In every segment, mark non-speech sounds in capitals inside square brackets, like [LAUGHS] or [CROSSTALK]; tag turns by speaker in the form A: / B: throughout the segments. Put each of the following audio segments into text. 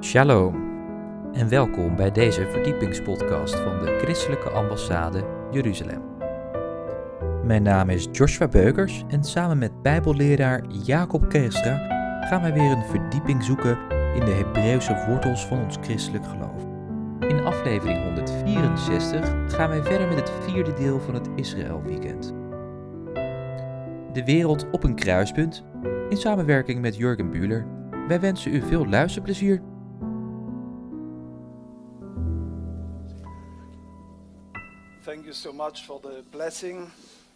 A: Shalom en welkom bij deze verdiepingspodcast van de Christelijke Ambassade Jeruzalem. Mijn naam is Joshua Beukers en samen met Bijbelleraar Jacob Keestra gaan wij weer een verdieping zoeken in de Hebreeuwse wortels van ons christelijk geloof. In aflevering 164 gaan wij verder met het vierde deel van het Israël Weekend. De wereld op een kruispunt, in samenwerking met Jurgen Bühler. Wij wensen u veel luisterplezier.
B: Thank you so much for the blessing,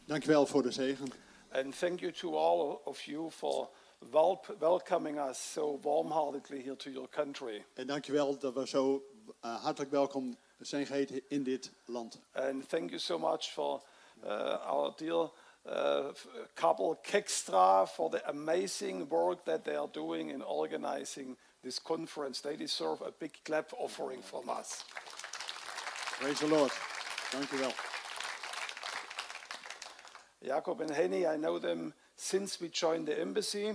C: Dankjewel voor de zegen.
B: and thank you to all of you for wel- welcoming us so warm-heartedly here to your country.
C: En dankjewel dat we zo eh, hartelijk welkom zijn geheten in dit land.
B: And thank you so much for uh, our dear uh, f- couple Kekstra for the amazing work that they are doing in organizing this conference. They deserve a big clap offering from us.
C: Praise the Lord. Dankjewel.
B: Jakob and Henny, I know them since we joined the embassy.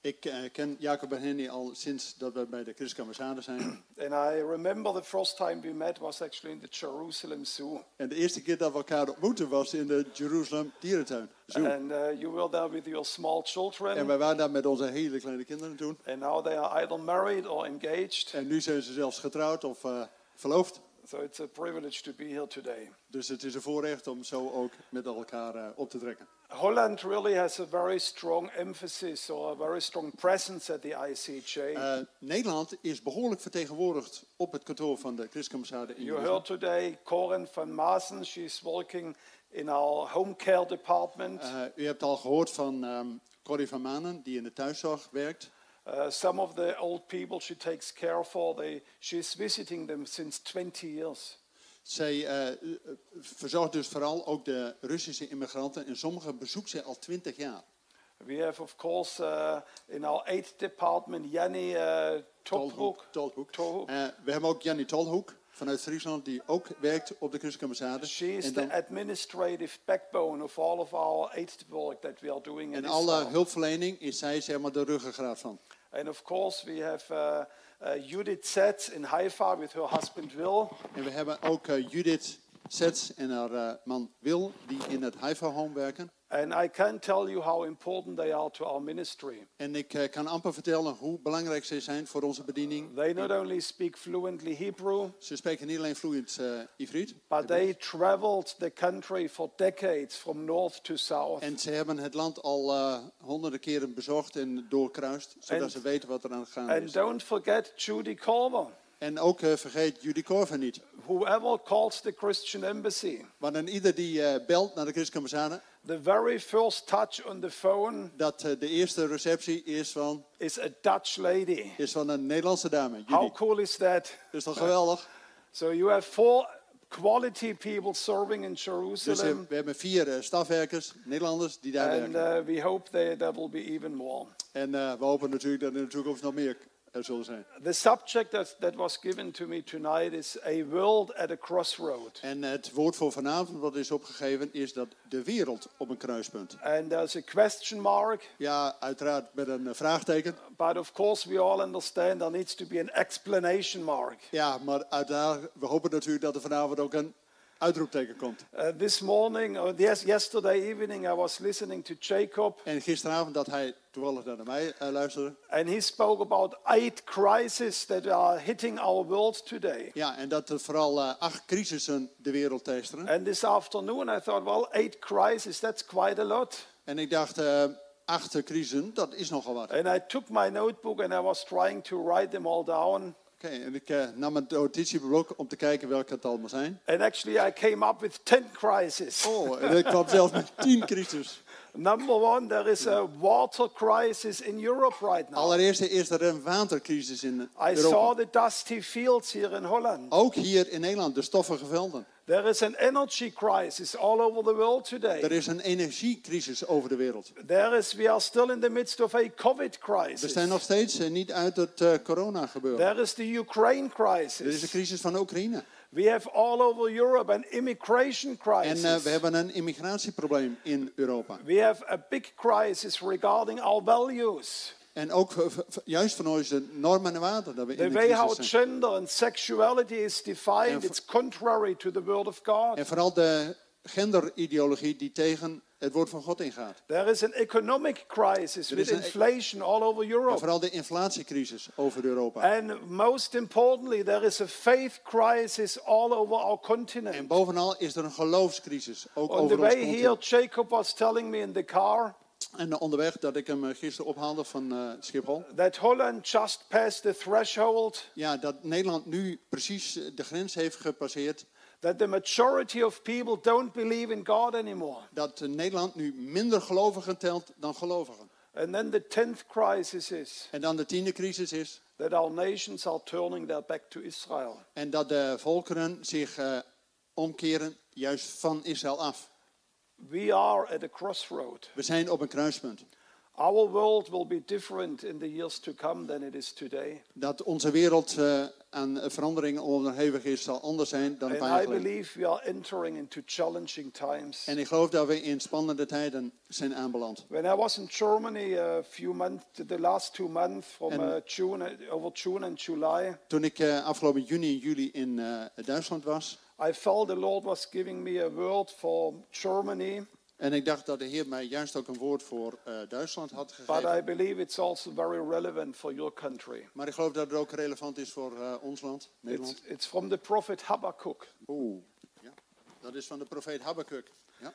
C: Ik eh, ken Jacob en Henny al sinds dat we bij de Christelijke Ambassade zijn.
B: And I remember the first time we met was actually in the Jerusalem Zoo.
C: En de eerste keer dat we elkaar ontmoeten was in de Jeruzalem Dierentuin. Zoo.
B: And uh, you were there with your small children,
C: En wij waren daar met onze hele kleine kinderen toen.
B: and now they are either married or engaged.
C: En nu zijn ze zelfs getrouwd of eh, verloofd.
B: So it's a privilege to be here today.
C: Dus het is een voorrecht om zo ook met elkaar eh, op te trekken.
B: Holland really has a very strong emphasis or a very strong presence at the ICJ.
C: Eh, Nederland is behoorlijk vertegenwoordigd op het kantoor van de Christelijke Ambassade in
B: you
C: Jeruzalem.
B: heard today Corin van Maasen, she's working in our home care department.
C: Eh, u hebt al gehoord van ehm Corrie van Manen, die in de thuiszorg werkt.
B: Uh, some of the old people she takes care for, they, she's visiting them since 20 years.
C: Zij eh, eh, verzorgt dus vooral ook de Russische immigranten en sommigen bezoekt zij al twintig jaar.
B: We have, of course, uh, in our aid department, Yanni uh, Topruk.
C: Tolhoek.
B: Tolhoek.
C: Eh, we hebben ook Jannie Tolhoek vanuit Friesland, die ook werkt op de Christelijke Ambassade.
B: She is
C: En, dan-
B: the administrative backbone of all of our aid work that we are doing in
C: en alle
B: Israel.
C: hulpverlening is zij zeg maar de ruggengraat van.
B: And of course, we have uh, uh, Judith Setz in Haifa with her husband Will.
C: En we hebben ook eh, Judith Sets en haar eh, man Wil, die in het Haifa-home werken.
B: And I can tell you how important they are to our ministry.
C: En ik eh, kan amper vertellen hoe belangrijk zij zijn voor onze bediening.
B: They not only speak fluently Hebrew,
C: Ze spreken niet alleen vloeiend eh Ivriet.
B: but they traveled the country for decades from north to south.
C: En ze hebben het land al eh, honderden keren bezorgd en doorkruist, zodat
B: En-
C: ze weten wat er aan gaande
B: and
C: is.
B: don't forget Judy Corver.
C: En ook eh, vergeet Judy Korver niet.
B: whoever calls the Christian embassy,
C: Want aan ieder die eh, belt naar de christelijke ambassade,
B: the very first touch on the phone
C: dat eh, de eerste receptie is van,
B: is a Dutch lady.
C: is van een Nederlandse dame, Judy.
B: How cool is that?
C: Dat is toch geweldig?
B: So you have four quality people serving in
C: Dus eh,
B: Jerusalem,
C: we hebben vier eh, stafwerkers, Nederlanders, die daar
B: and
C: werken.
B: uh, we hope there, there will be even more.
C: en eh, we hopen natuurlijk dat er in de toekomst nog meer er zullen zijn.
B: The subject that, that was given to me tonight is a world at a crossroad.
C: En het woord voor vanavond wat is opgegeven is dat de wereld op een kruispunt.
B: And there's a question mark,
C: Ja, uiteraard met een eh, vraagteken.
B: but of course we all understand there needs to be an explanation mark.
C: Ja, maar uiteraard, we hopen natuurlijk dat er vanavond ook een uitroepteken komt.
B: Uh, this morning, or yes, yesterday evening, I was listening to Jacob
C: En gisteravond dat hij toevallig naar mij eh, luisterde.
B: And he spoke about eight crises that are hitting our world today.
C: Ja, en dat er vooral eh, acht crisissen de wereld teisteren.
B: And this afternoon I thought, well, eight crises, that's quite a lot.
C: En ik dacht, eh, acht crisissen, dat is nogal wat. Oké,
B: And I took my notebook and I was trying to write them all down.
C: en ik eh, nam een notitieblok om te kijken welke het allemaal zijn.
B: And actually I came up with 10 crises.
C: Oh, en ik kwam zelfs met tien crisis.
B: [LAUGHS] Number one, there is a water crisis in Europe right now.
C: Allereerst is er een watercrisis in
B: I saw
C: Europa.
B: the dusty fields here in Holland.
C: Ook hier in Nederland, de stoffige velden.
B: There is an energy crisis all over the world today.
C: Er is een energiecrisis over de wereld.
B: There is, we are still in the midst of a COVID
C: We
B: crisis.
C: zijn nog steeds eh, niet uit het eh, corona gebeuren.
B: There is the Ukraine
C: Er is de
B: crisis.
C: crisis van Oekraïne.
B: We have all over Europe an immigration
C: En
B: crisis.
C: eh, we hebben een immigratieprobleem in Europa.
B: We have a big crisis regarding our values.
C: En ook eh, v- v- juist van onze normen en waarden dat we
B: The
C: in de
B: way how
C: crisis zijn.
B: gender and sexuality is defined,
C: for-
B: it's contrary to the word of God.
C: En vooral de genderideologie die tegen het woord van God ingaat.
B: There is an economic crisis
C: Er
B: with
C: is een-
B: inflation all over
C: En
B: Europe.
C: vooral de inflatiecrisis over Europa.
B: And most importantly, there is a faith crisis all over our
C: En
B: continent.
C: bovenal is er een geloofscrisis, ook
B: On the
C: over ons
B: way here,
C: continent.
B: Jacob was telling me in the car
C: En onderweg dat ik hem eh, gisteren ophaalde van eh, Schiphol.
B: that Holland just passed the threshold
C: Ja, dat Nederland nu precies eh, de grens heeft gepasseerd.
B: that the majority of people don't believe in God anymore.
C: Dat eh, Nederland nu minder gelovigen telt dan gelovigen.
B: And then the 10th crisis is
C: En dan de tiende crisis is.
B: that our nations are turning their back to Israel.
C: En dat de volkeren zich eh, omkeren juist van Israël af.
B: We are at a crossroad.
C: We zijn op een kruispunt.
B: Our world will be different in the years to come than it is today.
C: Dat onze wereld eh, aan veranderingen onderhevig is zal anders zijn dan een
B: And
C: paar jaar
B: I
C: geleden.
B: believe we are entering into challenging times.
C: En ik geloof dat we in spannende tijden zijn aanbeland.
B: When I was in Germany a few months, the last two months from
C: And-
B: uh, June, over June and July,
C: Toen ik eh, afgelopen juni en juli in eh, Duitsland was.
B: I felt the Lord was giving me a word for Germany,
C: En ik dacht dat de Heer mij juist ook een woord voor eh, Duitsland had
B: but
C: gegeven.
B: I believe it's also very relevant for your country.
C: Maar ik geloof dat het ook relevant is voor eh, ons land, Nederland.
B: It's, it's from the prophet Habakkuk.
C: Oeh. Ja. Dat is van de profeet Habakkuk. Ja.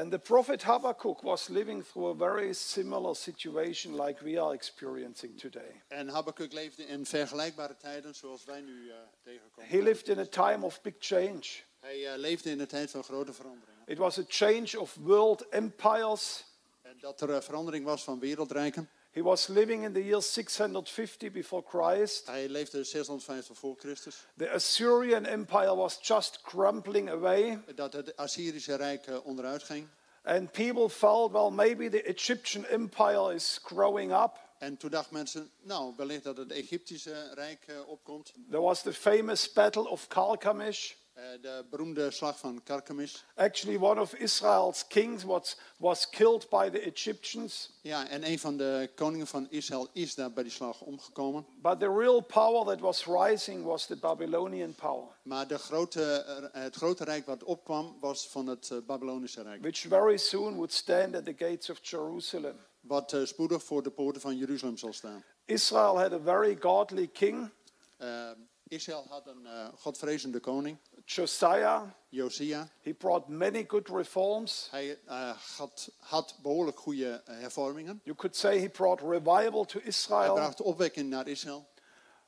B: And the prophet Habakkuk was living through a very similar situation like we are experiencing today.
C: En Habakkuk leefde in vergelijkbare tijden zoals wij nu eh, tegenkomen.
B: He lived in a time of big change.
C: Hij eh, leefde in een tijd van grote veranderingen.
B: It was a change of world empires.
C: En dat er eh, verandering was van wereldrijken.
B: He was living in the year 650 before Christ.
C: Hij leefde 650 voor Christus.
B: The Assyrian Empire was just crumbling away,
C: Dat het Assyrische Rijk eh, onderuit ging.
B: and people felt, well, maybe the Egyptian Empire is growing up.
C: En toen dachten mensen, nou, wellicht dat het Egyptische Rijk eh, opkomt.
B: There was the famous Battle of Carchemish.
C: Eh, de beroemde slag van Karkemis.
B: Actually, one of Israel's kings was, was killed by the Egyptians.
C: Ja, en een van de koningen van Israël is daar bij die slag omgekomen.
B: But the real power that was rising was the Babylonian power,
C: Maar de grote, eh, het grote rijk wat opkwam was van het eh, Babylonische Rijk.
B: which very soon would stand at the gates of Jerusalem.
C: Wat eh, spoedig voor de poorten van Jeruzalem zal staan.
B: Israel had a very godly king,
C: Eh, Israël had een eh, godvrezende koning,
B: Josiah.
C: Josia.
B: He brought many good reforms.
C: Hij eh, had, had behoorlijk goede eh, hervormingen.
B: You could say he brought revival to
C: Hij
B: Israel,
C: bracht opwekking naar Israël.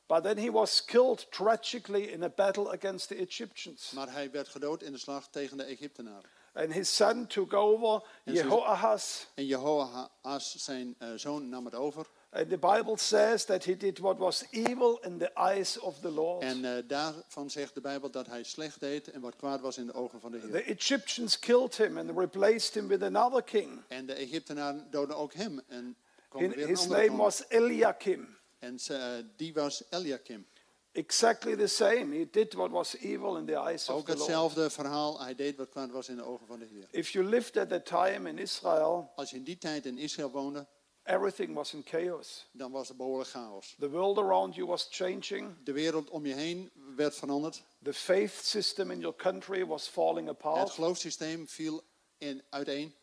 B: but then he was killed tragically in a battle against the Egyptians.
C: Maar hij werd gedood in de slag tegen de Egyptenaren.
B: And his son took over,
C: And so-
B: Jehoahaz.
C: En Jehoahaz, zijn eh, zoon, nam het over.
B: And Uh, the Bible says that he did what was evil in the eyes of the Lord.
C: En eh, daarvan zegt de Bijbel dat hij slecht deed en wat kwaad was in de ogen van de Heer.
B: The Egyptians killed him and replaced him with another king.
C: En de Egyptenaren doden ook hem. En kwam er
B: In-
C: weer een
B: his
C: andere
B: name
C: koning.
B: was Eliakim.
C: En ze- eh, die was Eliakim.
B: Exactly the same. He did what was evil in the eyes of
C: Ook
B: the Lord.
C: hetzelfde verhaal. Hij deed wat kwaad was in de ogen van de Heer.
B: If you lived at that time in Israel,
C: Als je in die tijd in Israël woonde,
B: everything was in chaos.
C: dan was er behoorlijk chaos.
B: The world around you was changing.
C: De wereld om je heen werd veranderd.
B: The faith system in your country was falling
C: Het
B: apart.
C: geloofssysteem viel in, uiteen.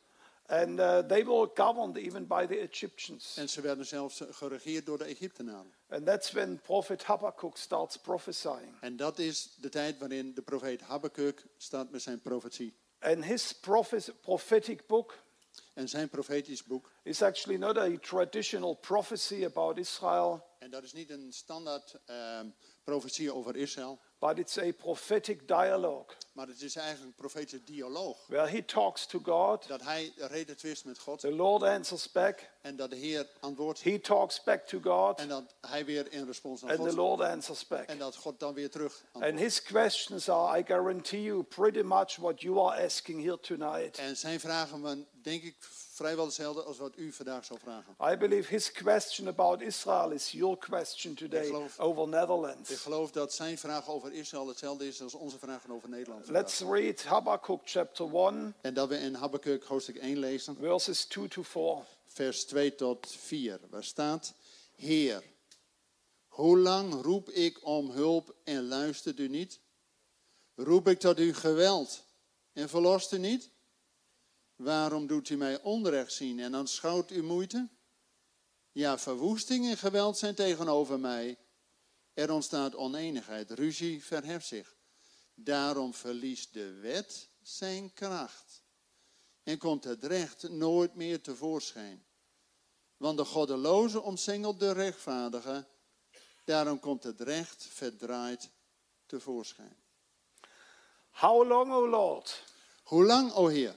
B: And uh, they were governed even by the Egyptians.
C: En ze werden zelfs geregeerd door de Egyptenaren.
B: And that's when prophet Habakkuk starts prophesying.
C: En dat is de tijd waarin de profeet Habakkuk staat met zijn profetie.
B: And his prophes- prophetic book
C: En zijn profetisch boek
B: It's actually not a traditional prophecy about Israel,
C: En dat is niet een standaard ehm, profetie over Israël,
B: but it's a prophetic dialogue
C: maar het is eigenlijk een profetische dialoog.
B: where he talks to God,
C: Dat hij reden twist met God
B: the Lord answers back,
C: en dat de Heer antwoordt
B: he talks back to God,
C: en dat hij weer in respons naar
B: and the
C: God
B: Lord answers back.
C: en dat God dan weer terug
B: And
C: antwoordt.
B: his questions are, I guarantee you, pretty much what you are asking here tonight.
C: En zijn vragen waren denk ik vrijwel hetzelfde als wat u vandaag zou vragen.
B: I believe his question about Israel is your question today
C: geloof-
B: over
C: Ik
B: Netherlands.
C: geloof dat zijn vraag over Israël hetzelfde is als onze vragen over Nederland. vandaag.
B: Let's read Habakkuk chapter 1,
C: En dat we in Habakkuk hoofdstuk 1 lezen,
B: verses 2 to 4.
C: vers 2 tot 4, waar staat: Heer, hoe lang roep ik om hulp en luistert u niet? Roep ik tot u geweld en verlost u niet? Waarom doet u mij onrecht zien en aanschouwt u moeite? Ja, verwoesting en geweld zijn tegenover mij. Er ontstaat oneenigheid, ruzie verheft zich. Daarom verliest de wet zijn kracht en komt het recht nooit meer tevoorschijn. Want de goddeloze omsingelt de rechtvaardige, daarom komt het recht verdraaid tevoorschijn.
B: How long, O Lord?
C: Hoe lang, o Heer?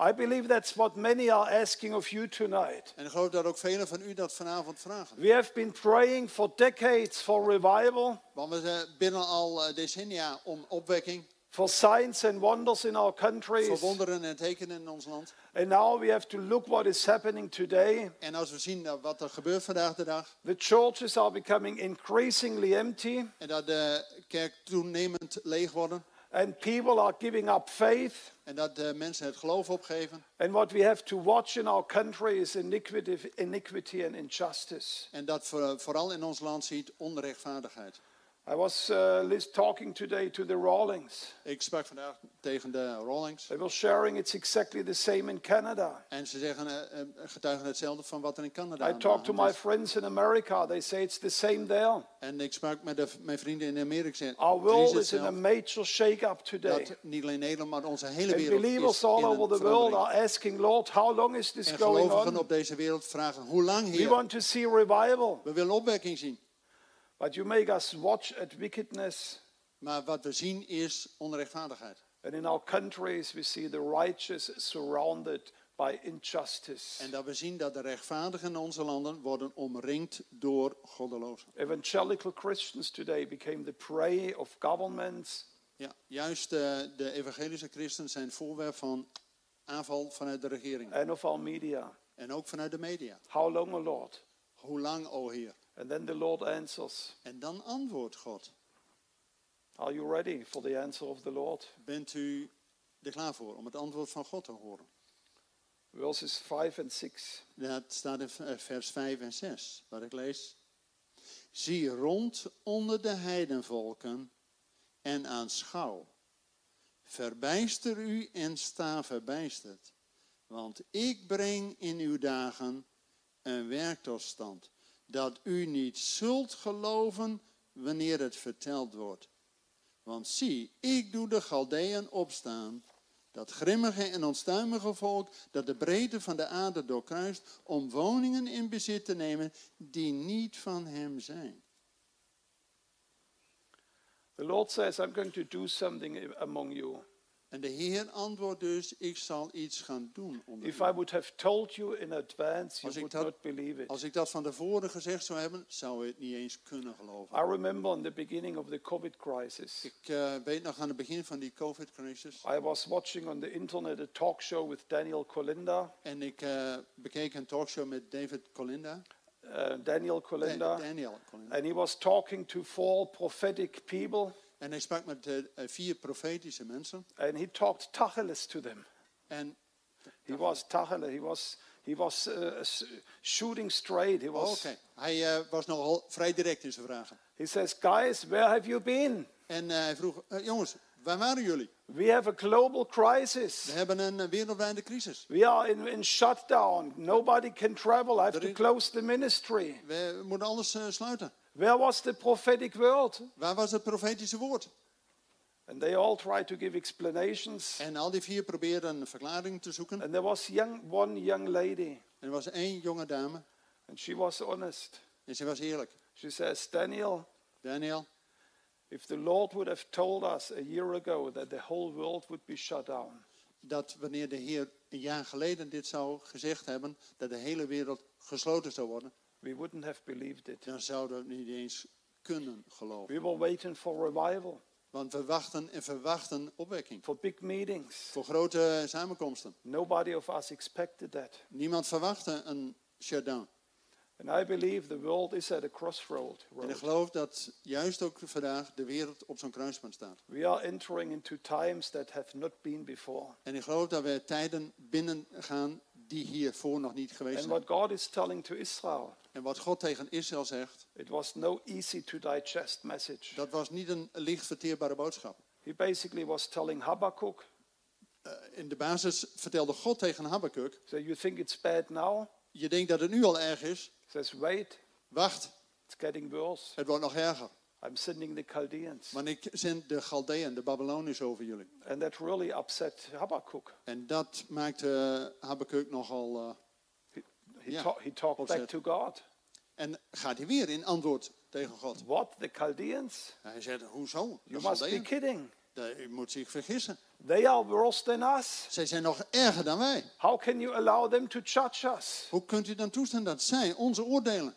B: I believe that's what many are asking of you tonight.
C: En ik geloof dat ook velen van u dat vanavond vragen.
B: We have been praying for decades for revival,
C: Want we zijn binnen al eh, decennia om opwekking,
B: for signs and wonders in our countries.
C: voor wonderen en tekenen in ons land.
B: And now we have to look what is happening today.
C: En als we zien dat wat er gebeurt vandaag de dag,
B: The churches are becoming increasingly empty,
C: en dat de kerk toenemend leeg worden,
B: and people are giving up faith.
C: en dat de mensen het geloof opgeven,
B: And what we have to watch in our country is iniquity, iniquity and injustice.
C: en dat voor- vooral in ons land ziet onrechtvaardigheid.
B: I was uh, lis- talking today to the Rawlings.
C: Ik sprak vandaag tegen de Rawlings,
B: They were sharing it's exactly the same in Canada.
C: en ze zeggen, eh, eh, getuigen hetzelfde van wat er in Canada
B: I
C: aan de
B: talked to
C: hand
B: my
C: is.
B: friends in America. They say it's the same there.
C: En ik sprak met de, mijn vrienden in Amerika, ze-
B: Our
C: er is
B: world is in a
C: hetzelfde.
B: major shake-up today.
C: dat niet alleen Nederland, maar onze hele
B: And
C: wereld
B: believers
C: is in
B: all
C: een
B: over the world
C: verandering.
B: are asking, Lord, how long is this
C: En
B: going
C: gelovigen
B: on?
C: op deze wereld vragen, hoe lang
B: We
C: Heer?
B: want to see revival,
C: We willen opwekking zien.
B: but you make us watch at wickedness.
C: Maar wat we zien is onrechtvaardigheid.
B: And in our countries, we see the righteous surrounded by injustice.
C: En dat we zien dat de rechtvaardigen in onze landen worden omringd door goddelozen.
B: Evangelical Christians today became the prey of governments,
C: Ja, juist eh, de evangelische christen zijn voorwerp van aanval vanuit de regering.
B: and of our media.
C: En ook vanuit de media.
B: How long, O Lord?
C: Hoe lang, o Heer?
B: And then the Lord answers.
C: En dan antwoordt God.
B: Are you ready for the answer of the Lord?
C: Bent u er klaar voor om het antwoord van God te horen?
B: Verses 5 and 6.
C: Dat staat in eh, vers 5 en 6, waar ik lees. Zie rond onder de heidenvolken en aanschouw. Verbijster u en sta verbijsterd. Want ik breng in uw dagen een werk tot stand, dat u niet zult geloven wanneer het verteld wordt. Want zie, ik doe de Galdeën opstaan, dat grimmige en onstuimige volk dat de breedte van de aarde doorkruist om woningen in bezit te nemen die niet van hem zijn.
B: The Lord says, I'm going to do something i- among you.
C: En de Heer antwoordt dus, ik zal iets gaan doen. Onder
B: If
C: u.
B: I would have told you in advance, you
C: Als
B: would
C: ik dat-
B: not believe it.
C: Als ik dat van tevoren gezegd zou hebben, zou ik het niet eens kunnen
B: I
C: geloven.
B: remember in the beginning of the COVID crisis,
C: Ik eh, weet nog aan het begin van die COVID-crisis.
B: I was watching on the internet a talk show with Daniel Colinda.
C: En ik eh, bekeek een talkshow met David Colinda.
B: Uh, Daniel
C: Da-
B: Colinda.
C: Daniel Colinda.
B: And he was talking to four prophetic people,
C: En hij sprak met eh, vier profetische mensen.
B: and he talked tacheles to them.
C: En
B: He was tachele. He was he was uh, s- shooting straight. He
C: Oké,
B: was.
C: hij eh, was nogal vrij direct in zijn vragen.
B: He says, "Guys, where have you been?
C: En eh, hij vroeg, eh, jongens, waar waren jullie?
B: We have a global
C: We
B: crisis.
C: hebben een eh, wereldwijde crisis.
B: We are in, in shutdown. Nobody can travel. I have to
C: Drie-
B: close the ministry.
C: We moeten alles eh, sluiten.
B: Where was the prophetic word?"
C: Waar was het profetische woord?
B: And they all tried to give explanations.
C: En al die vier probeerden een verklaring te zoeken.
B: And there was young one young lady,
C: En er was één jonge dame
B: and she was honest.
C: en ze was eerlijk.
B: She says, "Daniel,
C: Daniel,
B: if the Lord would have told us a year ago that the whole world would be shut down."
C: dat wanneer de Heer een jaar geleden dit zou gezegd hebben, dat de hele wereld gesloten zou worden,
B: We wouldn't have believed it.
C: dan zouden we het niet eens kunnen geloven.
B: We were waiting for revival,
C: Want we wachten en verwachten opwekking.
B: for big meetings.
C: Voor grote samenkomsten.
B: Nobody of us expected that.
C: Niemand verwachtte een shutdown.
B: And I believe the world is at a crossroad.
C: En ik
B: road.
C: geloof dat juist ook vandaag de wereld op zo'n kruispunt staat.
B: We are entering into times that have not been before.
C: En ik geloof dat we tijden binnengaan die hiervoor nog niet geweest
B: And
C: zijn.
B: what God is telling to Israel,
C: En wat God tegen Israël zegt,
B: it was no easy to digest message.
C: dat was niet een licht verteerbare boodschap.
B: He basically was telling Habakkuk,
C: Eh, in de basis vertelde God tegen Habakkuk,
B: so you think it's bad now?
C: je denkt dat het nu al erg is,
B: He says, wait,
C: wacht,
B: it's getting worse.
C: het wordt nog erger.
B: I'm sending the Chaldeans.
C: Want ik zend de Galdeën, de Babyloniërs over jullie.
B: And that really upset Habakkuk.
C: En dat maakte eh, Habakkuk nogal... eh,
B: He,
C: Yeah.
B: ta- he talked back
C: Upset.
B: to God.
C: en gaat hij weer in antwoord tegen God.
B: What, the Chaldeans?
C: Hij zegt, hoezo?
B: You
C: De
B: must be
C: Galdeën?
B: kidding.
C: De- U moet zich vergissen.
B: They are worse than us.
C: Zij zijn nog erger dan wij.
B: How can you allow them to judge us?
C: Hoe kunt u dan toestaan dat zij onze oordelen?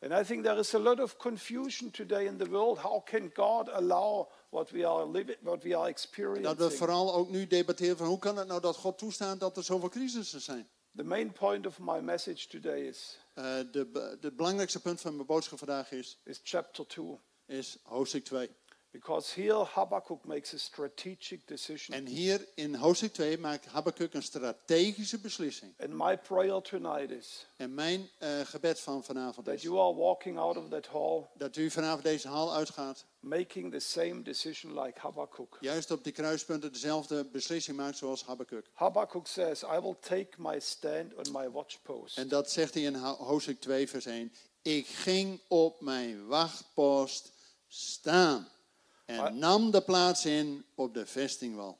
B: And I think there is a lot of confusion today in the world. How can God allow what we are living, what we are
C: Dat we
B: experiencing?
C: vooral ook nu debatteren van hoe kan het nou dat God toestaat dat er zoveel crisissen zijn?
B: The main point of my message today is,
C: Eh, de, be- de belangrijkste punt van mijn boodschap vandaag is,
B: is chapter 2.
C: is hoofdstuk 2.
B: Because here Habakkuk makes a strategic decision.
C: En hier in hoofdstuk 2 maakt Habakkuk een strategische beslissing.
B: and my prayer tonight is
C: En mijn eh, gebed van vanavond
B: that
C: is
B: you are walking out of that hall
C: dat u vanavond deze haal uitgaat,
B: making the same decision like Habakkuk.
C: juist op die kruispunten dezelfde beslissing maakt zoals Habakkuk.
B: Habakkuk says, I will take my stand on my watchpost.
C: En dat zegt hij in ho- hoofdstuk 2 vers 1. Ik ging op mijn wachtpost staan
B: Maar-
C: en nam de plaats in op de vestingwal.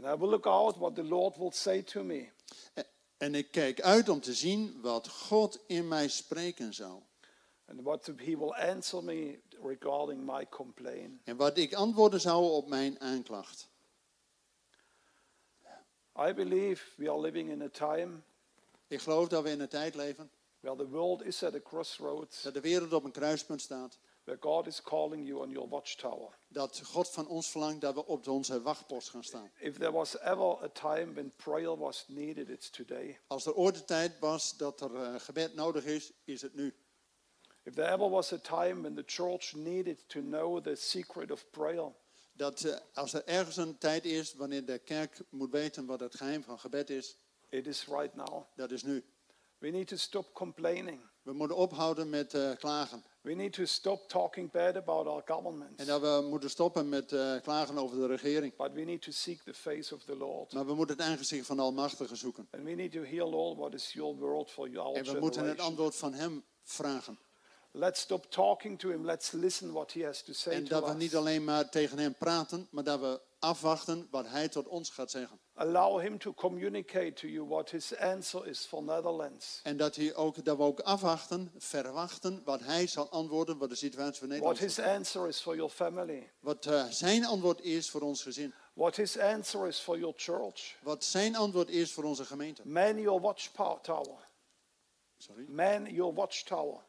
B: and I will look out what the Lord will say to me.
C: En ik keek uit om te zien wat God in mij spreken zou.
B: and what he will answer me regarding my complaint.
C: En wat ik antwoorden zou op mijn aanklacht.
B: I believe we are living in a time
C: Ik geloof dat we in een tijd leven
B: where the world is at a crossroads,
C: dat de wereld op een kruispunt staat.
B: where God is calling you on your watchtower.
C: Dat God van ons verlangt dat we op onze wachtpost gaan staan.
B: If there was ever a time when prayer was needed, it's today.
C: Als er ooit de tijd was dat er eh, gebed nodig is, is het nu.
B: If there ever was a time when the church needed to know the secret of prayer,
C: Dat eh, als er ergens een tijd is wanneer de kerk moet weten wat het geheim van gebed is,
B: it is right now.
C: dat is nu.
B: We need to stop complaining.
C: We moeten ophouden met eh, klagen.
B: We need to stop talking bad about our governments.
C: En dat we moeten stoppen met eh, klagen over de regering.
B: But we need to seek the face of the Lord.
C: Maar we moeten het aangezicht van de Almachtige zoeken.
B: And we need to hear, Lord, what is your word for your
C: En we moeten het
B: generation.
C: antwoord van Hem vragen.
B: Let's stop talking to him. Let's listen what he has to say
C: En
B: to
C: dat we niet
B: us.
C: alleen maar tegen Hem praten, maar dat we afwachten wat Hij tot ons gaat zeggen.
B: Allow him to communicate to you what his answer is for Netherlands.
C: En dat, hij ook, dat we ook afwachten, verwachten wat Hij zal antwoorden voor de situatie van
B: What
C: Nederland.
B: his answer is for your family.
C: Wat eh, Zijn antwoord is voor ons gezin.
B: What his answer is for your church.
C: Wat Zijn antwoord is voor onze gemeente.
B: Man your watchtower.
C: Sorry.
B: Man your watchtower.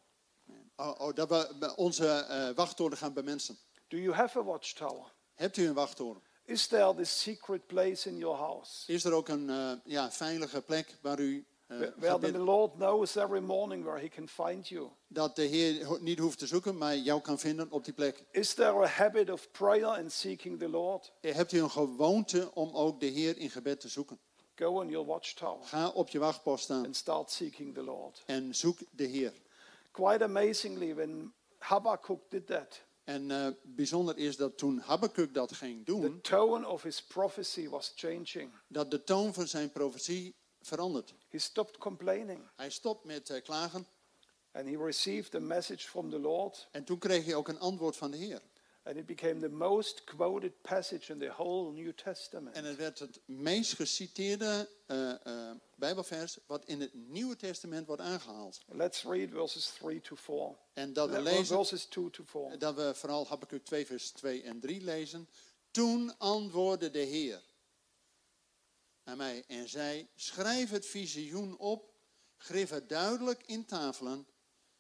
C: Oh, oh, dat we bij onze eh wachttoren gaan bemensen.
B: Do you have a watchtower?
C: Hebt u een wachttoren?
B: Is there this secret place in your house
C: Is er ook een eh, ja, veilige plek waar u... eh,
B: where- where
C: gaat
B: the
C: bidden?
B: Lord knows every morning where he can find you?
C: dat de Heer ho- niet hoeft te zoeken, maar jou kan vinden op die plek.
B: Is there a habit of prayer and seeking the Lord?
C: Eh, Hebt u een gewoonte om ook de Heer in gebed te zoeken?
B: Go on your watchtower
C: Ga op je wachtpost staan
B: and start seeking the Lord.
C: en zoek de Heer.
B: Quite amazingly, when Habakkuk did that,
C: En eh, bijzonder is dat toen Habakkuk dat ging
B: the
C: doen,
B: tone of his prophecy was changing.
C: dat de toon van zijn profetie verandert.
B: He stopped complaining
C: Hij stopt met eh, klagen
B: and he received a message from the Lord,
C: en toen kreeg hij ook een antwoord van de Heer.
B: and it became the most quoted passage in the whole New Testament.
C: En het werd het meest geciteerde eh, eh, Bijbelvers wat in het Nieuwe Testament wordt aangehaald.
B: Let's read verses 3 to 4.
C: En dat we
B: Le-
C: lezen
B: Verses 2 to 4.
C: dat we vooral Habakkuk 2 vers 2 en 3 lezen. Toen antwoordde de Heer aan mij en zei, schrijf het visioen op, grif het duidelijk in tafelen,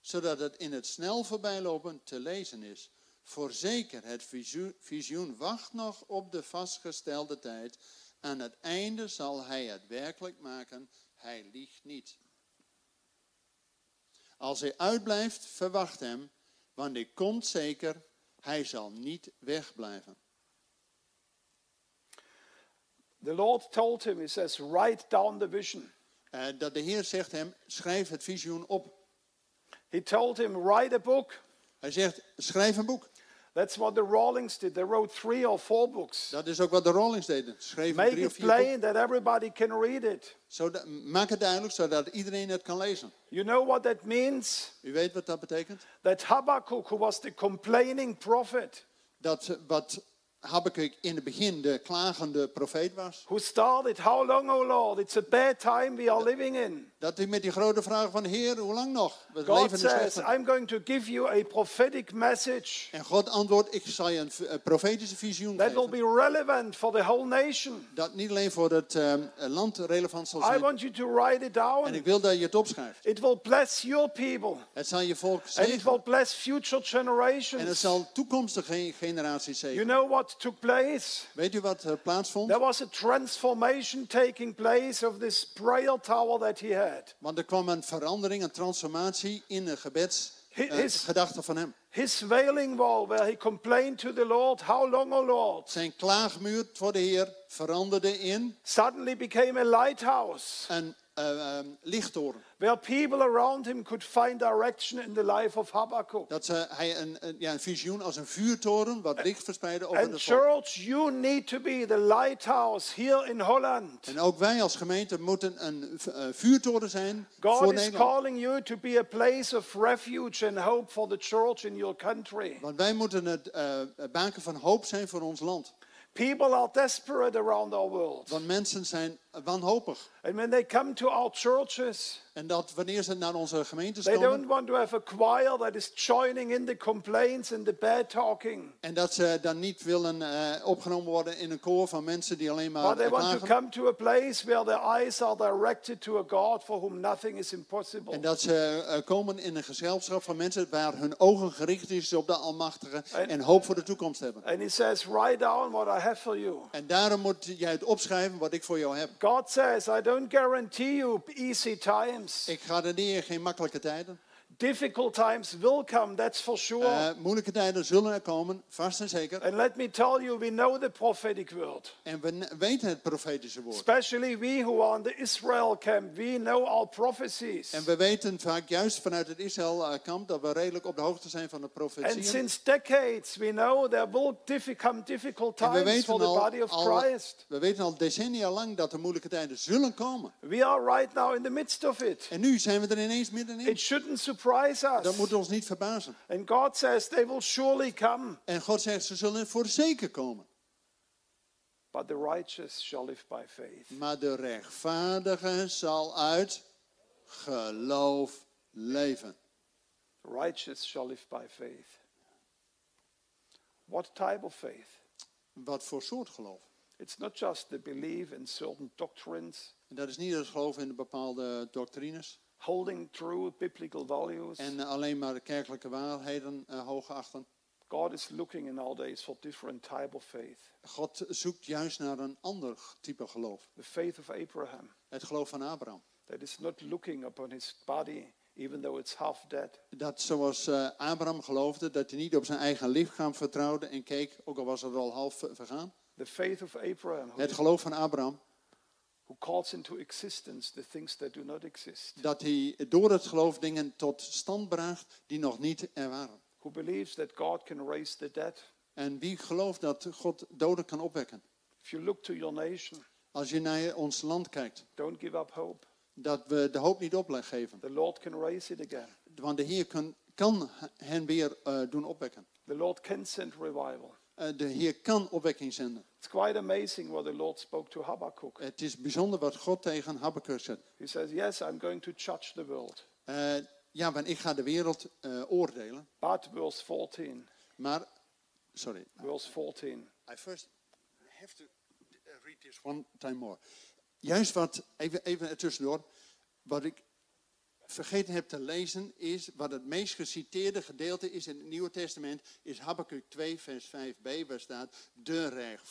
C: zodat het in het snel voorbijlopen te lezen is. Voorzeker, het visio- visioen wacht nog op de vastgestelde tijd. Aan het einde zal hij het werkelijk maken, hij liegt niet. Als hij uitblijft, verwacht hem, want ik kom zeker, hij zal niet wegblijven.
B: The Lord told him, He says, write down the vision.
C: Eh, dat de Heer zegt hem, schrijf het visioen op.
B: He told him, write a book.
C: Hij zegt, schrijf een boek.
B: That's what the Rawlings did. They wrote three or four books.
C: Dat is ook wat de Rollings deden. Schreven
B: Make
C: drie of
B: it
C: vier boeken.
B: plain that everybody can read it.
C: Zodat- maak het duidelijk, zodat iedereen het kan lezen.
B: You know what that means?
C: U weet wat dat betekent?
B: That Habakkuk, who was the complaining prophet,
C: Dat eh, wat Habakkuk in het begin de klagende profeet was.
B: who started, How long, O Lord? It's a bad time we are living in.
C: Dat hij met die grote vraag van, Heer, hoe lang nog? We
B: God
C: leven in de
B: says,
C: slechte.
B: I'm going to give you a prophetic message
C: En God antwoordt, ik zal je een v- een profetische visioen
B: that will
C: geven.
B: be relevant for the whole nation.
C: Dat niet alleen voor het eh, land relevant zal
B: I
C: zijn.
B: want you to write it
C: En ik
B: down.
C: wil dat je het opschrijft.
B: It will bless your people
C: Het zal je volk
B: and it will
C: zegenen.
B: bless future
C: En het
B: generations.
C: zal toekomstige ge- generaties
B: You
C: zegenen.
B: know what took place?
C: Weet u wat er plaatsvond?
B: There was a transformation taking place of this prayer tower that he had.
C: Want er kwam een verandering, een transformatie in de
B: Hi- his-
C: gebedsgedachte van hem.
B: His wailing wall, where he complained to the Lord, How long, O Lord?
C: Zijn klaagmuur voor de Heer veranderde in
B: suddenly became a lighthouse
C: een eh, eh, lichttoren.
B: where people around him could find direction in the life of Habakkuk.
C: Dat ze, hij een, een- ja, een visioen als een vuurtoren wat licht verspreidde over
B: And
C: de volk.
B: church, you need to be the lighthouse here in Holland.
C: En ook wij als gemeente moeten een v- eh, vuurtoren zijn voor
B: God is
C: Nederland.
B: calling you to be a place of refuge and hope for the church in your country.
C: Want wij moeten het eh, baken van hoop zijn voor ons land.
B: People are desperate around our world.
C: Want mensen zijn wanhopig.
B: And when they come to our churches,
C: En dat wanneer ze naar onze gemeentes
B: they
C: komen...
B: don't want to have a choir that is joining in the complaints and the bad talking.
C: En dat ze dan niet willen eh, opgenomen worden in een koor van mensen die alleen maar
B: But they want to
C: klagen.
B: come to a place where their eyes are directed to a God for whom nothing is
C: En
B: impossible.
C: dat ze eh, komen in een gezelschap van mensen waar hun ogen gericht is op de Almachtige
B: En-
C: en, hoop voor de toekomst hebben.
B: And he says, Write down what I have for you.
C: En daarom moet jij het opschrijven wat ik voor jou heb.
B: God says, I don't guarantee you easy times.
C: Ik garandeer geen makkelijke tijden.
B: Difficult times will come, that's for sure.
C: Eh, moeilijke tijden zullen er komen, vast en zeker.
B: And let me tell you, we know the prophetic word.
C: En we n- weten het profetische woord.
B: Especially we who are in the Israel camp, we know our
C: En
B: prophecies.
C: we weten vaak juist vanuit het Israël-kamp dat we redelijk op de hoogte zijn van de
B: And
C: profetieën.
B: since decades, we know there will diffi- come difficult
C: En we
B: times
C: weten
B: for the body
C: al,
B: of
C: al,
B: Christ.
C: we weten al decennia lang dat er moeilijke tijden zullen komen.
B: We are right now in the midst of it.
C: En nu zijn we er ineens middenin.
B: It shouldn't surprise
C: Dat moet
B: us.
C: ons niet verbazen.
B: And God says they will surely come,
C: En God zegt, ze zullen voor zeker komen.
B: but the righteous shall live by faith.
C: Maar de rechtvaardige zal uit geloof leven.
B: The righteous shall live by faith. What type of faith?
C: Wat voor soort geloof?
B: It's not just the belief in certain doctrines,
C: En dat is niet het geloof in bepaalde doctrines.
B: holding true biblical values.
C: En alleen maar de kerkelijke waarheden eh, hoog achten.
B: God is looking in our days for different type of faith.
C: God zoekt juist naar een ander type geloof.
B: The faith of Abraham
C: Het geloof van Abraham.
B: that is not looking upon his body even though it's half dead.
C: Dat zoals eh, Abraham geloofde, dat hij niet op zijn eigen lichaam vertrouwde en keek, ook al was het al half eh, vergaan.
B: The faith of Abraham who
C: Het geloof van Abraham,
B: who calls into existence the things that do not exist,
C: dat hij door het geloof dingen tot stand bracht die nog niet er waren.
B: who believes that God can raise the dead.
C: En wie gelooft dat God doden kan opwekken?
B: If you look to your nation,
C: Als je naar ons land kijkt,
B: don't give up hope.
C: dat we de hoop niet opgeven.
B: The Lord can raise it again.
C: Want de Heer kan, kan hen weer eh, doen opwekken.
B: The Lord can send revival.
C: Eh, de Heer kan opwekking zenden.
B: It's quite amazing what the Lord spoke to Habakkuk.
C: Het is bijzonder wat God tegen Habakkuk zegt.
B: He says, Yes, I'm going to judge the world.
C: Eh, ja, want ik ga de wereld eh, oordelen.
B: But verse 14,
C: Maar, sorry,
B: verse 14,
C: I first have to uh, read this one time more. Juist wat, even, even er tussendoor, wat ik vergeten heb te lezen is, wat het meest geciteerde gedeelte is in het Nieuwe Testament, is Habakkuk 2 vers 5b, waar staat, de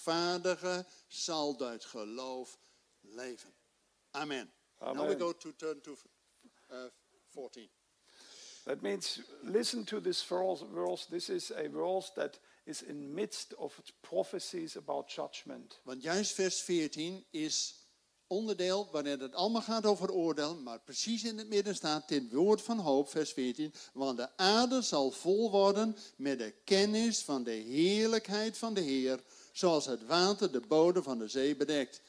C: rechtvaardige zal door het geloof leven. Amen. Now we
B: Amen.
C: go to turn to uh, 14.
B: that means listen to this verse. verse. This is a verse that is in midst of prophecies about judgment.
C: Want juist vers 14 is onderdeel waarin het allemaal gaat over oordeel, maar precies in het midden staat dit woord van hoop, vers 14. Want de aarde zal vol worden met de kennis van de heerlijkheid van de Heer, zoals het water de bodem van de zee bedekt.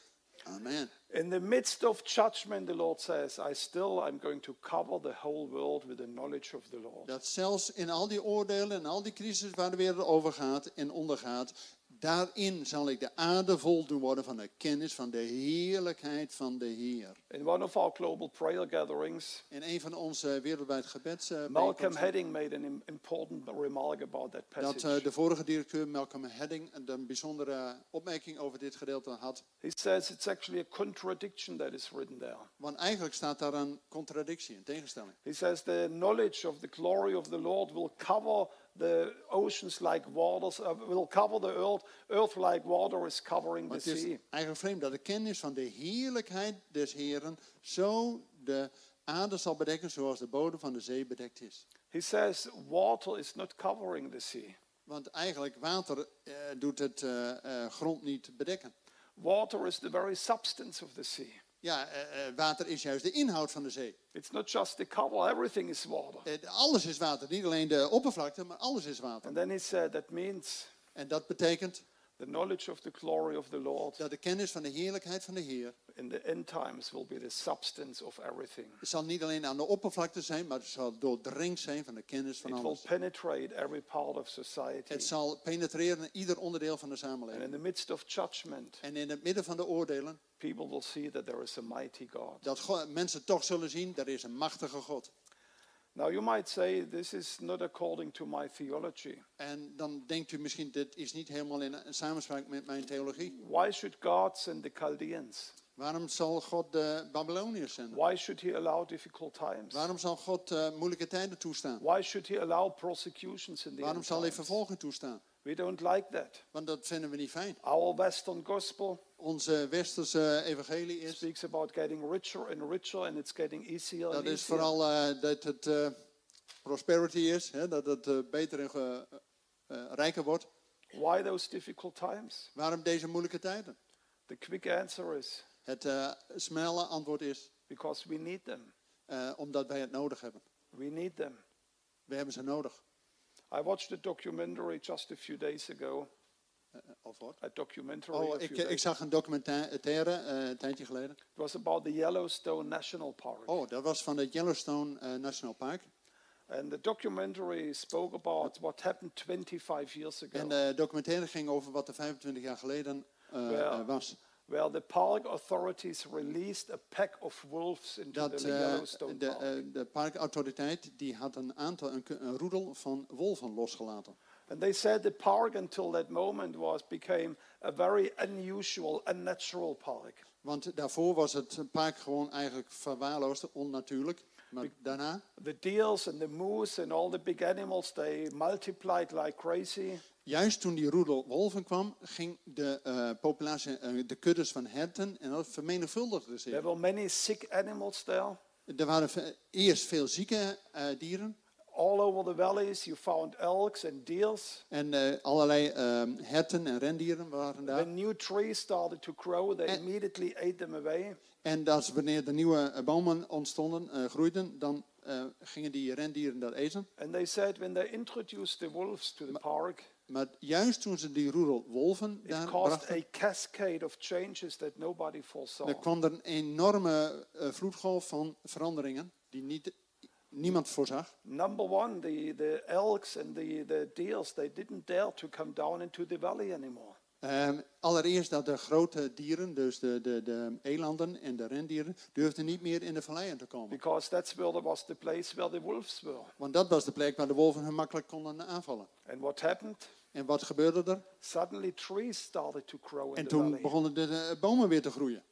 C: Amen.
B: In the midst of judgment, the Lord says, I still am going to cover the whole world with the knowledge of the Lord.
C: Dat zelfs in al die oordelen en al die crisis waar de wereld over gaat en ondergaat, daarin zal ik de aarde vol doen worden van de kennis van de heerlijkheid van de Heer.
B: In one of our global prayer gatherings,
C: In een van onze wereldwijd gebeds. eh,
B: Malcolm
C: bijeenkomsten-
B: Heading made an im- important remark about that
C: dat
B: passage.
C: eh, de vorige directeur Malcolm Hedding een, een bijzondere opmerking over dit gedeelte had.
B: He says it's actually a contradiction that is written there.
C: Want eigenlijk staat daar een contradictie, een tegenstelling.
B: He says the knowledge of the glory of the Lord will cover the oceans like waters, uh, will cover the earth, earth like water is covering
C: Maar
B: the
C: het is
B: sea.
C: eigenlijk vreemd dat de kennis van de heerlijkheid des Heren zo de aarde zal bedekken zoals de bodem van de zee bedekt is.
B: He says water is not covering the sea.
C: Want eigenlijk water eh, doet het eh, eh, grond niet bedekken.
B: Water is the very substance of the sea.
C: Ja, eh, eh, water is juist de inhoud van de zee.
B: It's not just the cover, everything is water.
C: Eh, alles is water, niet alleen de oppervlakte, maar alles is water.
B: And then he said that means
C: En dat betekent
B: the knowledge of the glory of the Lord
C: dat de kennis van de heerlijkheid van de Heer
B: in the end times will be the substance of everything.
C: zal niet alleen aan de oppervlakte zijn, maar het zal doordringd zijn van de kennis van
B: It will
C: alles.
B: penetrate every part of society.
C: Het zal penetreren in ieder onderdeel van de
B: And
C: samenleving.
B: in the midst of judgment,
C: En in het midden van de oordelen,
B: people will see that there is a mighty God.
C: dat Go- mensen toch zullen zien, er is een machtige God.
B: Now, you might say, this is not according to my theology.
C: En dan denkt u misschien, dit is niet helemaal in eh, samenspraak met mijn theologie.
B: Why should God send the Chaldeans?
C: Waarom zal God de Babyloniërs zenden?
B: Why should He allow difficult times?
C: Waarom zal God eh, moeilijke tijden toestaan?
B: Why should He allow persecutions in the
C: Waarom
B: end
C: zal hij
B: times?
C: vervolging toestaan?
B: We don't like that.
C: Want dat vinden we niet fijn.
B: Our Western gospel
C: Onze westerse evangelie is,
B: speaks about getting richer and richer, and it's getting easier
C: dat
B: and
C: is
B: easier.
C: vooral eh, dat het eh, prosperity is, hè, dat het eh, beter en ge- eh, rijker wordt.
B: Why those difficult times?
C: Waarom deze moeilijke tijden?
B: The quick answer is
C: Het eh snelle antwoord is
B: because we need them.
C: eh, omdat wij het nodig hebben.
B: We need them.
C: We hebben ze nodig.
B: I watched a documentary just a few days ago.
C: Eh, of wat?
B: A documentary. a
C: Oh,
B: few
C: ik, ik
B: days-
C: zag een documentaire eh, een tijdje geleden.
B: It was about the Yellowstone National Park.
C: Oh, dat was van het Yellowstone eh, National Park.
B: And the documentary spoke about what happened 25 years ago,
C: En de documentaire ging over wat er 25 jaar geleden eh,
B: Ja.
C: eh, was.
B: where the park authorities released a pack of wolves into
C: Dat
B: the
C: eh,
B: Yellowstone
C: de,
B: Park.
C: eh, de parkautoriteit die had een aantal een, ku- een roedel van wolven losgelaten.
B: And they said the park until that moment was became a very unusual, unnatural park.
C: Want daarvoor was het park gewoon eigenlijk verwaarloosd, onnatuurlijk. Maar daarna,
B: The deers and the moose and all the big animals they multiplied like crazy.
C: juist toen die roedel wolven kwam, ging de eh, populatie, eh, de kuddes van herten, en dat vermenigvuldigde zich.
B: There were many sick animals there.
C: Er waren ve- eerst veel zieke eh, dieren
B: All over the valleys you found elks and deers.
C: en eh, allerlei eh, herten en rendieren waren daar.
B: When new trees started to grow, they
C: Eh.
B: immediately ate them away.
C: En als wanneer de nieuwe eh, bomen ontstonden, eh, groeiden, dan eh, gingen die rendieren dat eten.
B: And they said when they introduced the wolves to the park,
C: Maar juist toen ze die roedel wolven
B: it
C: daar
B: caused
C: brachten,
B: a cascade of changes that nobody foresaw.
C: er kwam er een enorme eh, vloedgolf van veranderingen die niet, niemand voorzag.
B: Number one, the, the elks and the, the deers, they didn't dare to come down into the valley anymore.
C: Ehm, allereerst dat de grote dieren, dus de, de, de elanden en de rendieren, durfden niet meer in de valleien te komen.
B: Because that's where there was the place where the wolves were.
C: Want dat was de plek waar de wolven hun makkelijk konden aanvallen.
B: And what happened?
C: En wat gebeurde er?
B: Suddenly trees started to grow in
C: En
B: the
C: toen
B: valley.
C: begonnen de, eh, bomen weer te groeien.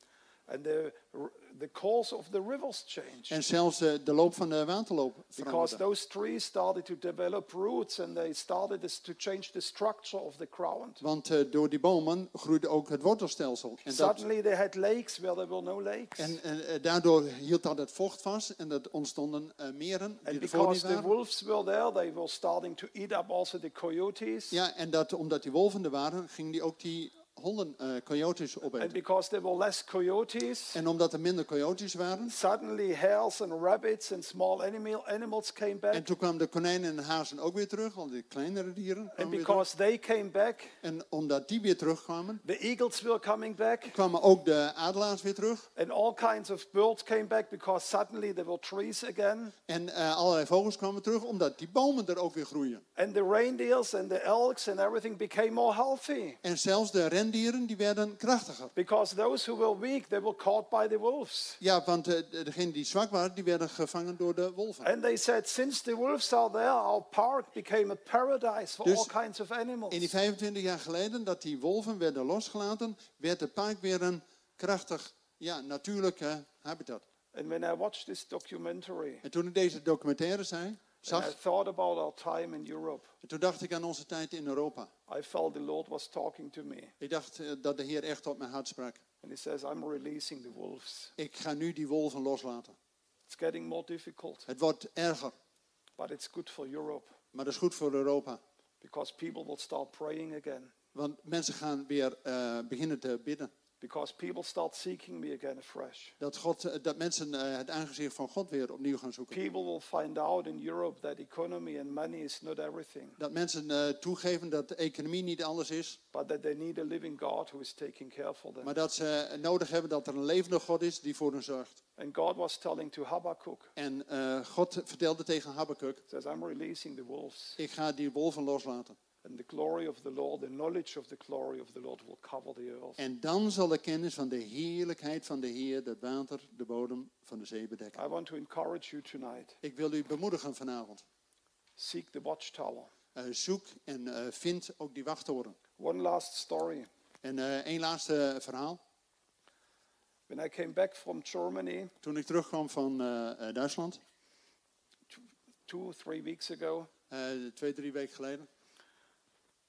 B: and the, r- the course of the rivers changed.
C: En zelfs eh, de loop van de waterloop
B: Because
C: veranderde.
B: those trees started to develop roots and they started this- to change the structure of the ground.
C: Want eh, door die bomen groeide ook het wortelstelsel. En, dat,
B: Suddenly they had lakes where there were no lakes.
C: en eh, daardoor hield dat het vocht vast en dat ontstonden eh, meren die
B: And
C: ervoor niet
B: because the
C: waren.
B: wolves were there, they were starting to eat up also the coyotes.
C: Ja, en dat, omdat die wolven er waren, gingen die ook die honden, eh, coyotes
B: And
C: opeten.
B: because there were less coyotes,
C: En omdat er minder coyotes waren,
B: suddenly hares and rabbits and small animal, animals came back.
C: en toen kwamen de konijnen en de hazen ook weer terug, al die kleinere dieren kwamen
B: and
C: weer terug.
B: because they came back,
C: En omdat die weer terugkwamen,
B: the eagles were coming back.
C: kwamen ook de adelaars weer terug.
B: And all kinds of birds came back because suddenly there were trees again.
C: En eh, allerlei vogels kwamen terug, omdat die bomen er ook weer groeien.
B: And the reindeers and the elks and everything became more healthy.
C: En zelfs de rendieren, die werden krachtiger.
B: Because those who were weak, they were caught by the wolves.
C: Ja, want eh, degenen die zwak waren, die werden gevangen door de wolven.
B: And they said, since the wolves are there, our park became a paradise for
C: Dus-
B: all kinds of animals.
C: In die 25 jaar geleden dat die wolven werden losgelaten, werd het park weer een krachtig, ja, natuurlijk eh, habitat.
B: And when I watched this documentary,
C: En toen ik deze documentaire zei,
B: and I
C: zag,
B: thought about our time in Europe,
C: en toen dacht ik aan onze tijd in Europa.
B: I felt the Lord was talking to me.
C: Ik dacht eh, dat de Heer echt op mijn hart sprak.
B: And He says, I'm releasing the wolves.
C: Ik ga nu die wolven loslaten.
B: It's getting more difficult,
C: Het wordt erger,
B: but it's good for Europe
C: maar dat is goed voor Europa.
B: because people will start praying again,
C: Want mensen gaan weer eh, beginnen te bidden.
B: because people start seeking me again afresh.
C: Dat, God, eh, dat mensen eh, het aangezicht van God weer opnieuw gaan zoeken.
B: People will find out in Europe that economy and money is not everything,
C: Dat mensen eh, toegeven dat de economie niet alles is,
B: but that they need a living God who is taking care for them.
C: maar dat ze nodig hebben dat er een levende God is die voor hen zorgt.
B: And God was telling to Habakkuk,
C: En eh, God vertelde tegen Habakkuk,
B: says, I'm releasing the wolves,
C: ik ga die wolven loslaten.
B: and the glory of the Lord, the knowledge of the glory of the Lord will cover the earth.
C: En dan zal de kennis van de heerlijkheid van de Heer het water, de bodem van de zee bedekken.
B: I want to encourage you tonight.
C: Ik wil u bemoedigen vanavond.
B: Seek the watchtower.
C: Eh, zoek en eh, vind ook die wachttoren.
B: One last story.
C: En eh één laatste verhaal.
B: When I came back from Germany
C: Toen ik terugkwam van eh, eh, Duitsland,
B: two, three weeks ago,
C: eh, twee, drie weken geleden.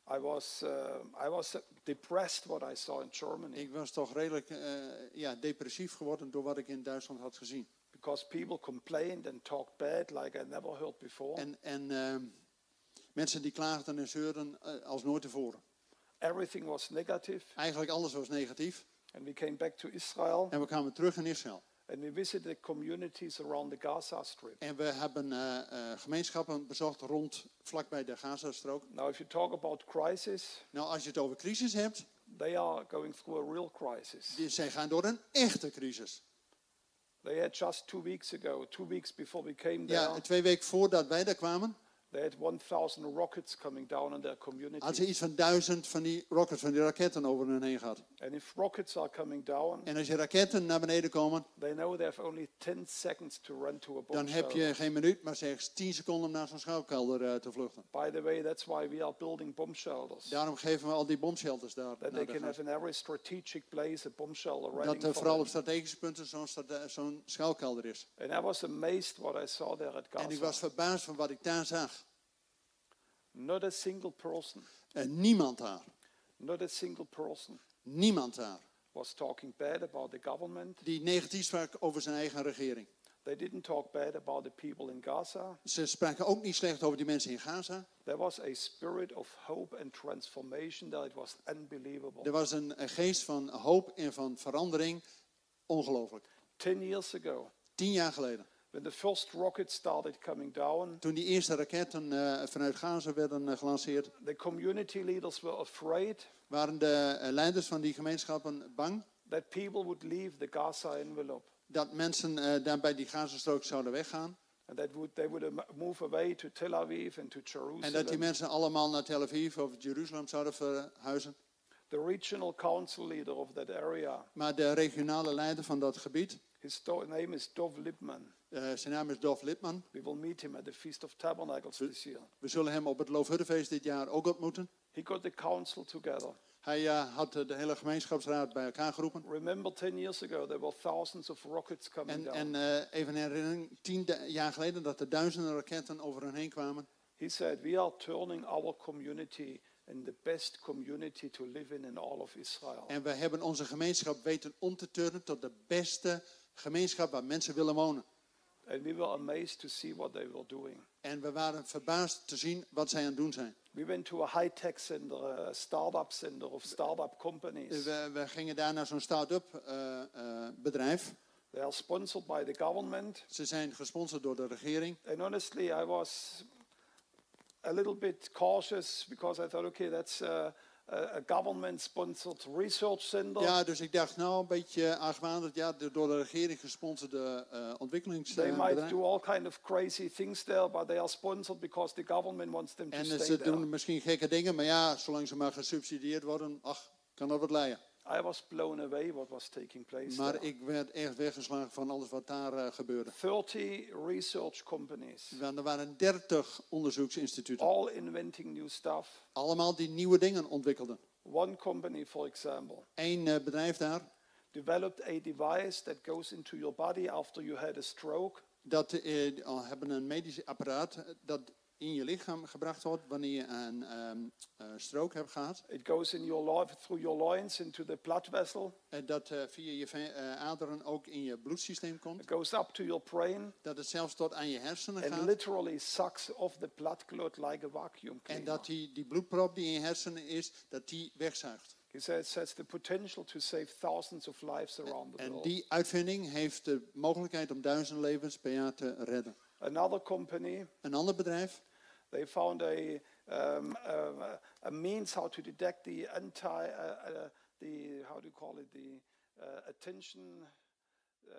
B: I was, uh, I was depressed what I saw in Germany
C: Ik was toch redelijk eh, ja, depressief geworden door wat ik in Duitsland had gezien.
B: because people complained and talked bad like I never heard before.
C: En, en eh, mensen die klaagden en zeurden eh, als nooit tevoren.
B: Everything was negative,
C: Eigenlijk alles was negatief.
B: and we came back to Israel
C: En we kwamen terug in Israël.
B: and we visited communities around the Gaza Strip.
C: En we hebben eh, eh, gemeenschappen bezocht rond vlakbij de Gazastrook.
B: Now, if you talk about crisis,
C: Nou, als je het over crisis hebt,
B: they are going through a real crisis.
C: die- zij gaan door een echte crisis.
B: They had just two weeks ago, two weeks before we came there,
C: Ja, twee weken voordat wij daar kwamen,
B: they had 1,000 rockets coming down on their
C: had ze
B: community.
C: iets van duizend van die rockets, van die raketten over hun heen gehad.
B: And if rockets are coming down,
C: En als je raketten naar beneden komen,
B: They know they have only 10 seconds to run to a bomb
C: dan heb
B: shelter.
C: je geen minuut, maar slechts 10 seconden om naar zo'n schuilkelder eh, te vluchten.
B: By the way, that's why we are building bomb shelters.
C: Daarom geven we al die bomshelters daar.
B: That
C: naar
B: they
C: de
B: can
C: Gaza.
B: have in every strategic place a bomb shelter ready
C: Dat er
B: for
C: vooral op
B: them.
C: strategische punten zo'n strate- zo'n schuilkelder is.
B: And I was amazed what I saw there at
C: En ik was
B: Gaza.
C: verbaasd van wat ik daar zag.
B: Not a single person,
C: En niemand daar,
B: not a single person
C: niemand daar,
B: was talking bad about the government.
C: die negatief sprak over zijn eigen regering.
B: They didn't talk bad about the people in Gaza.
C: Ze spraken ook niet slecht over die mensen in Gaza.
B: There was a spirit of hope and transformation there. It was unbelievable.
C: Er was een, een geest van hoop en van verandering. Ongelooflijk.
B: 10 years ago,
C: Tien jaar geleden,
B: when the first rockets started coming down,
C: toen die eerste raketten eh, vanuit Gaza werden eh, gelanceerd,
B: the community leaders were afraid
C: waren de eh, leiders van die gemeenschappen bang
B: that people would leave the Gaza envelope
C: dat mensen eh, daar bij die Gazastrook zouden weggaan.
B: and that would, they would am- move away to Tel Aviv and to
C: En dat die
B: Jerusalem.
C: mensen allemaal naar Tel Aviv of Jeruzalem zouden verhuizen.
B: The regional council leader of that area,
C: Maar de regionale leider van dat gebied,
B: his do- name is Dov Lipman.
C: eh, zijn naam is Dov Lipman.
B: We will meet him at the Feast of Tabernacles this year.
C: We zullen hem op het Loofhuttenfeest dit jaar ook ontmoeten.
B: He got the council together
C: Hij eh, had de de hele gemeenschapsraad bij elkaar geroepen.
B: Remember 10 years ago, there were thousands of rockets coming
C: En,
B: down.
C: en eh, even een herinnering, tien du- jaar geleden dat er duizenden raketten over hen heen kwamen.
B: He said, We are turning our community in the best community to live in in all of Israel.
C: En we hebben onze gemeenschap weten om te turnen tot de beste gemeenschap waar mensen willen wonen.
B: And we were amazed to see what they were doing.
C: En we waren verbaasd te zien wat zij aan het doen zijn.
B: We went to a high tech center, a startup center of startup
C: Dus
B: companies.
C: we, we gingen daar naar zo'n start-up eh, eh, bedrijf.
B: They are sponsored by the government.
C: Ze zijn gesponsord door de regering.
B: And honestly, I was a little bit cautious because I thought, okay, that's a, a, a government sponsored research center.
C: Ja, dus ik dacht nou een beetje argwanend. Ja, de door de regering gesponsorde eh
B: They might
C: ontwikkelingsbedrijf.
B: do all kind of crazy things there, but they are sponsored because the government wants them to
C: En eh,
B: stay
C: ze
B: there.
C: doen misschien gekke dingen. Maar ja, zolang ze maar gesubsidieerd worden, ach, kan dat wat leiden.
B: I was blown away what was taking place.
C: Maar
B: there.
C: ik werd echt weggeslagen van alles wat daar eh, gebeurde.
B: 30 research companies,
C: Want er waren 30 onderzoeksinstituten.
B: all inventing new stuff.
C: Allemaal die nieuwe dingen ontwikkelden.
B: One company, for example,
C: Eén eh, bedrijf daar,
B: developed a device that goes into your body after you had a stroke
C: dat eh, al hebben een medisch apparaat eh, dat in je lichaam gebracht wordt wanneer je een ehm, eh, strook hebt gehad.
B: It goes in your lo- through your loins into the blood vessel.
C: En dat eh, via je ve- eh, aderen ook in je bloedsysteem komt.
B: It goes up to your brain
C: Dat het zelfs tot aan je hersenen
B: and
C: gaat.
B: literally sucks off the blood clot like a vacuum
C: En
B: cleaner.
C: dat die, die bloedprop die in je hersenen is, dat die wegzuigt.
B: He says has the potential to save thousands of lives around the
C: En
B: world.
C: die uitvinding heeft de mogelijkheid om duizend levens per jaar te redden.
B: Another company,
C: Een ander bedrijf,
B: they found a, um, a, a means how to detect the anti, uh, uh, the how do you call it, the uh, attention. Uh,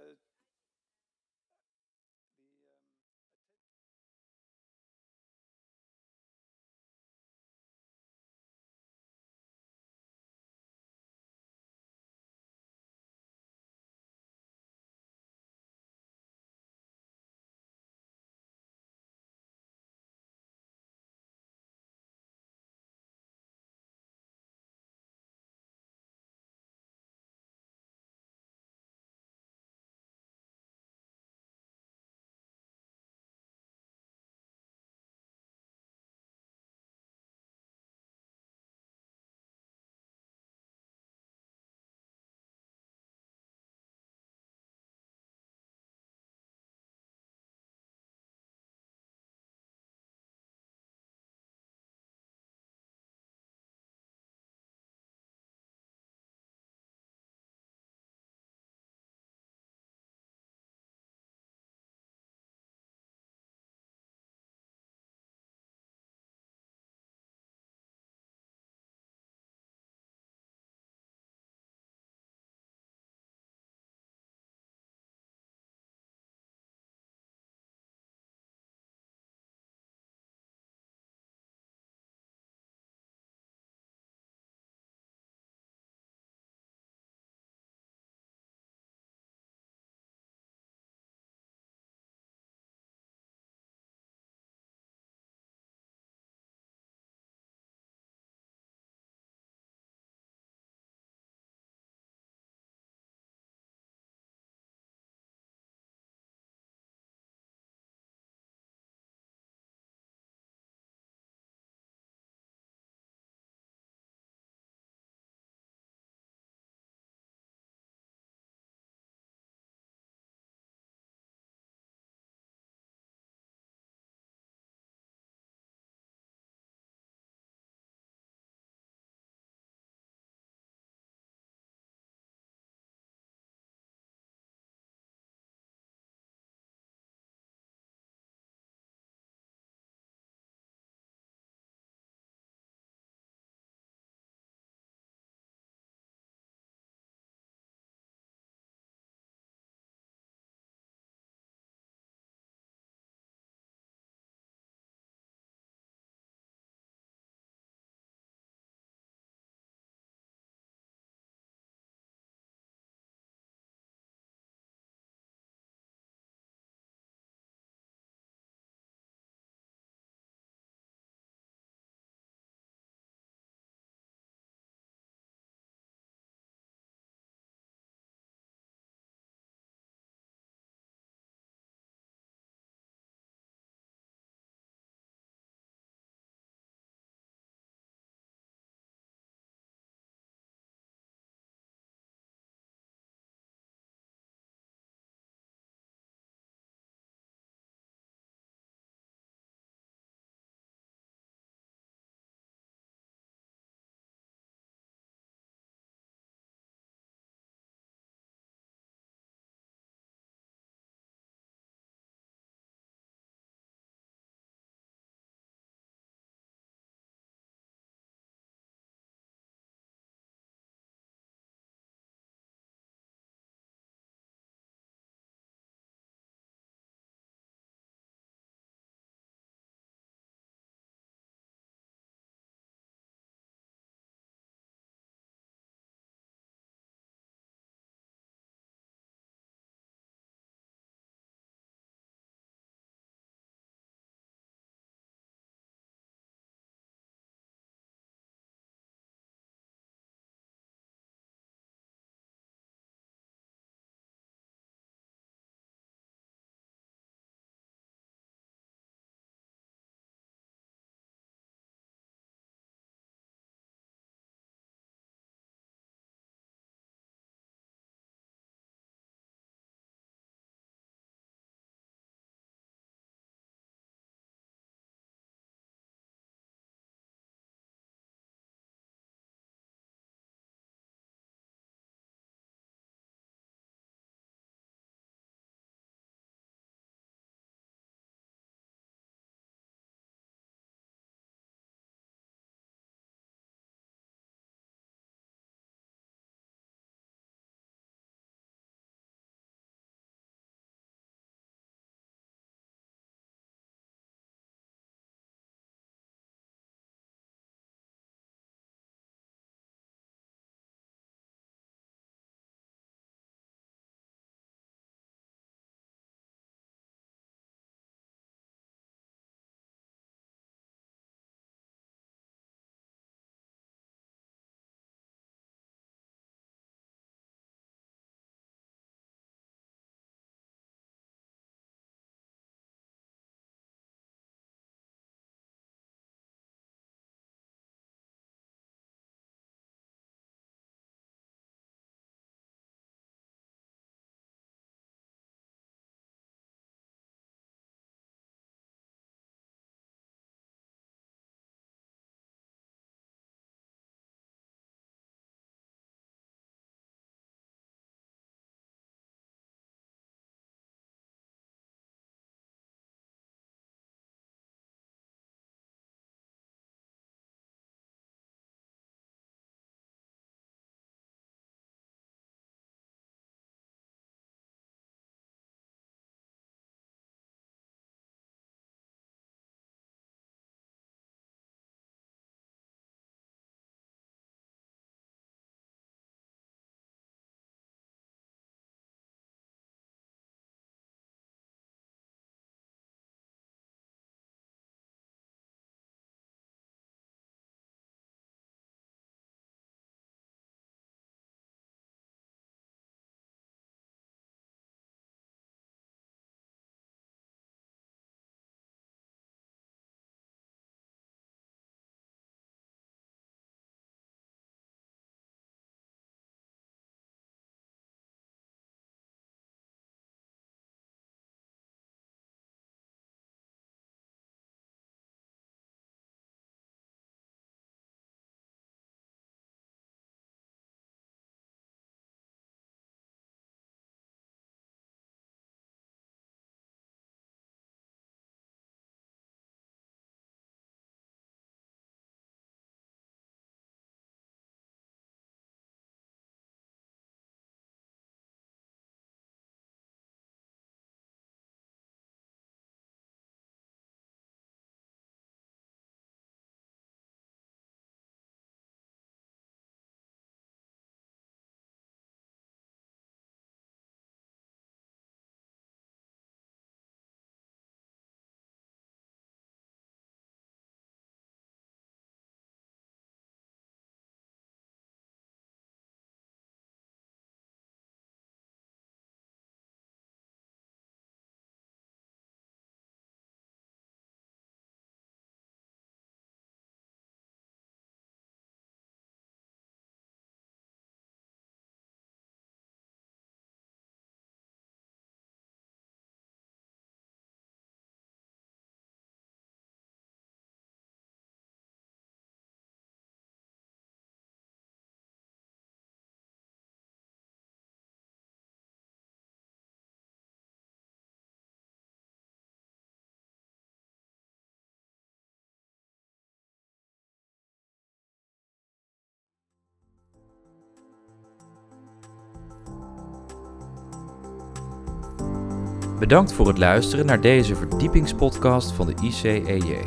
A: Bedankt voor het luisteren naar deze verdiepingspodcast van de ICEJ.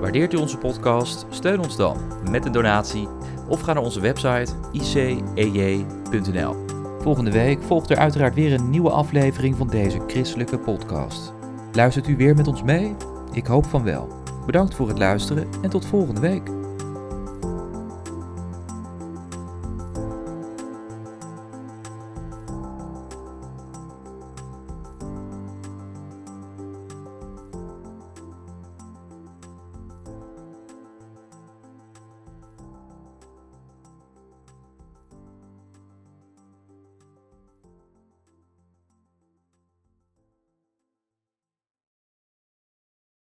A: Waardeert u onze podcast? Steun ons dan met een donatie of ga naar onze website E icej.nl. Volgende week volgt er uiteraard weer een nieuwe aflevering van deze christelijke podcast. Luistert u weer met ons mee? Ik hoop van wel. Bedankt voor het luisteren en tot volgende week.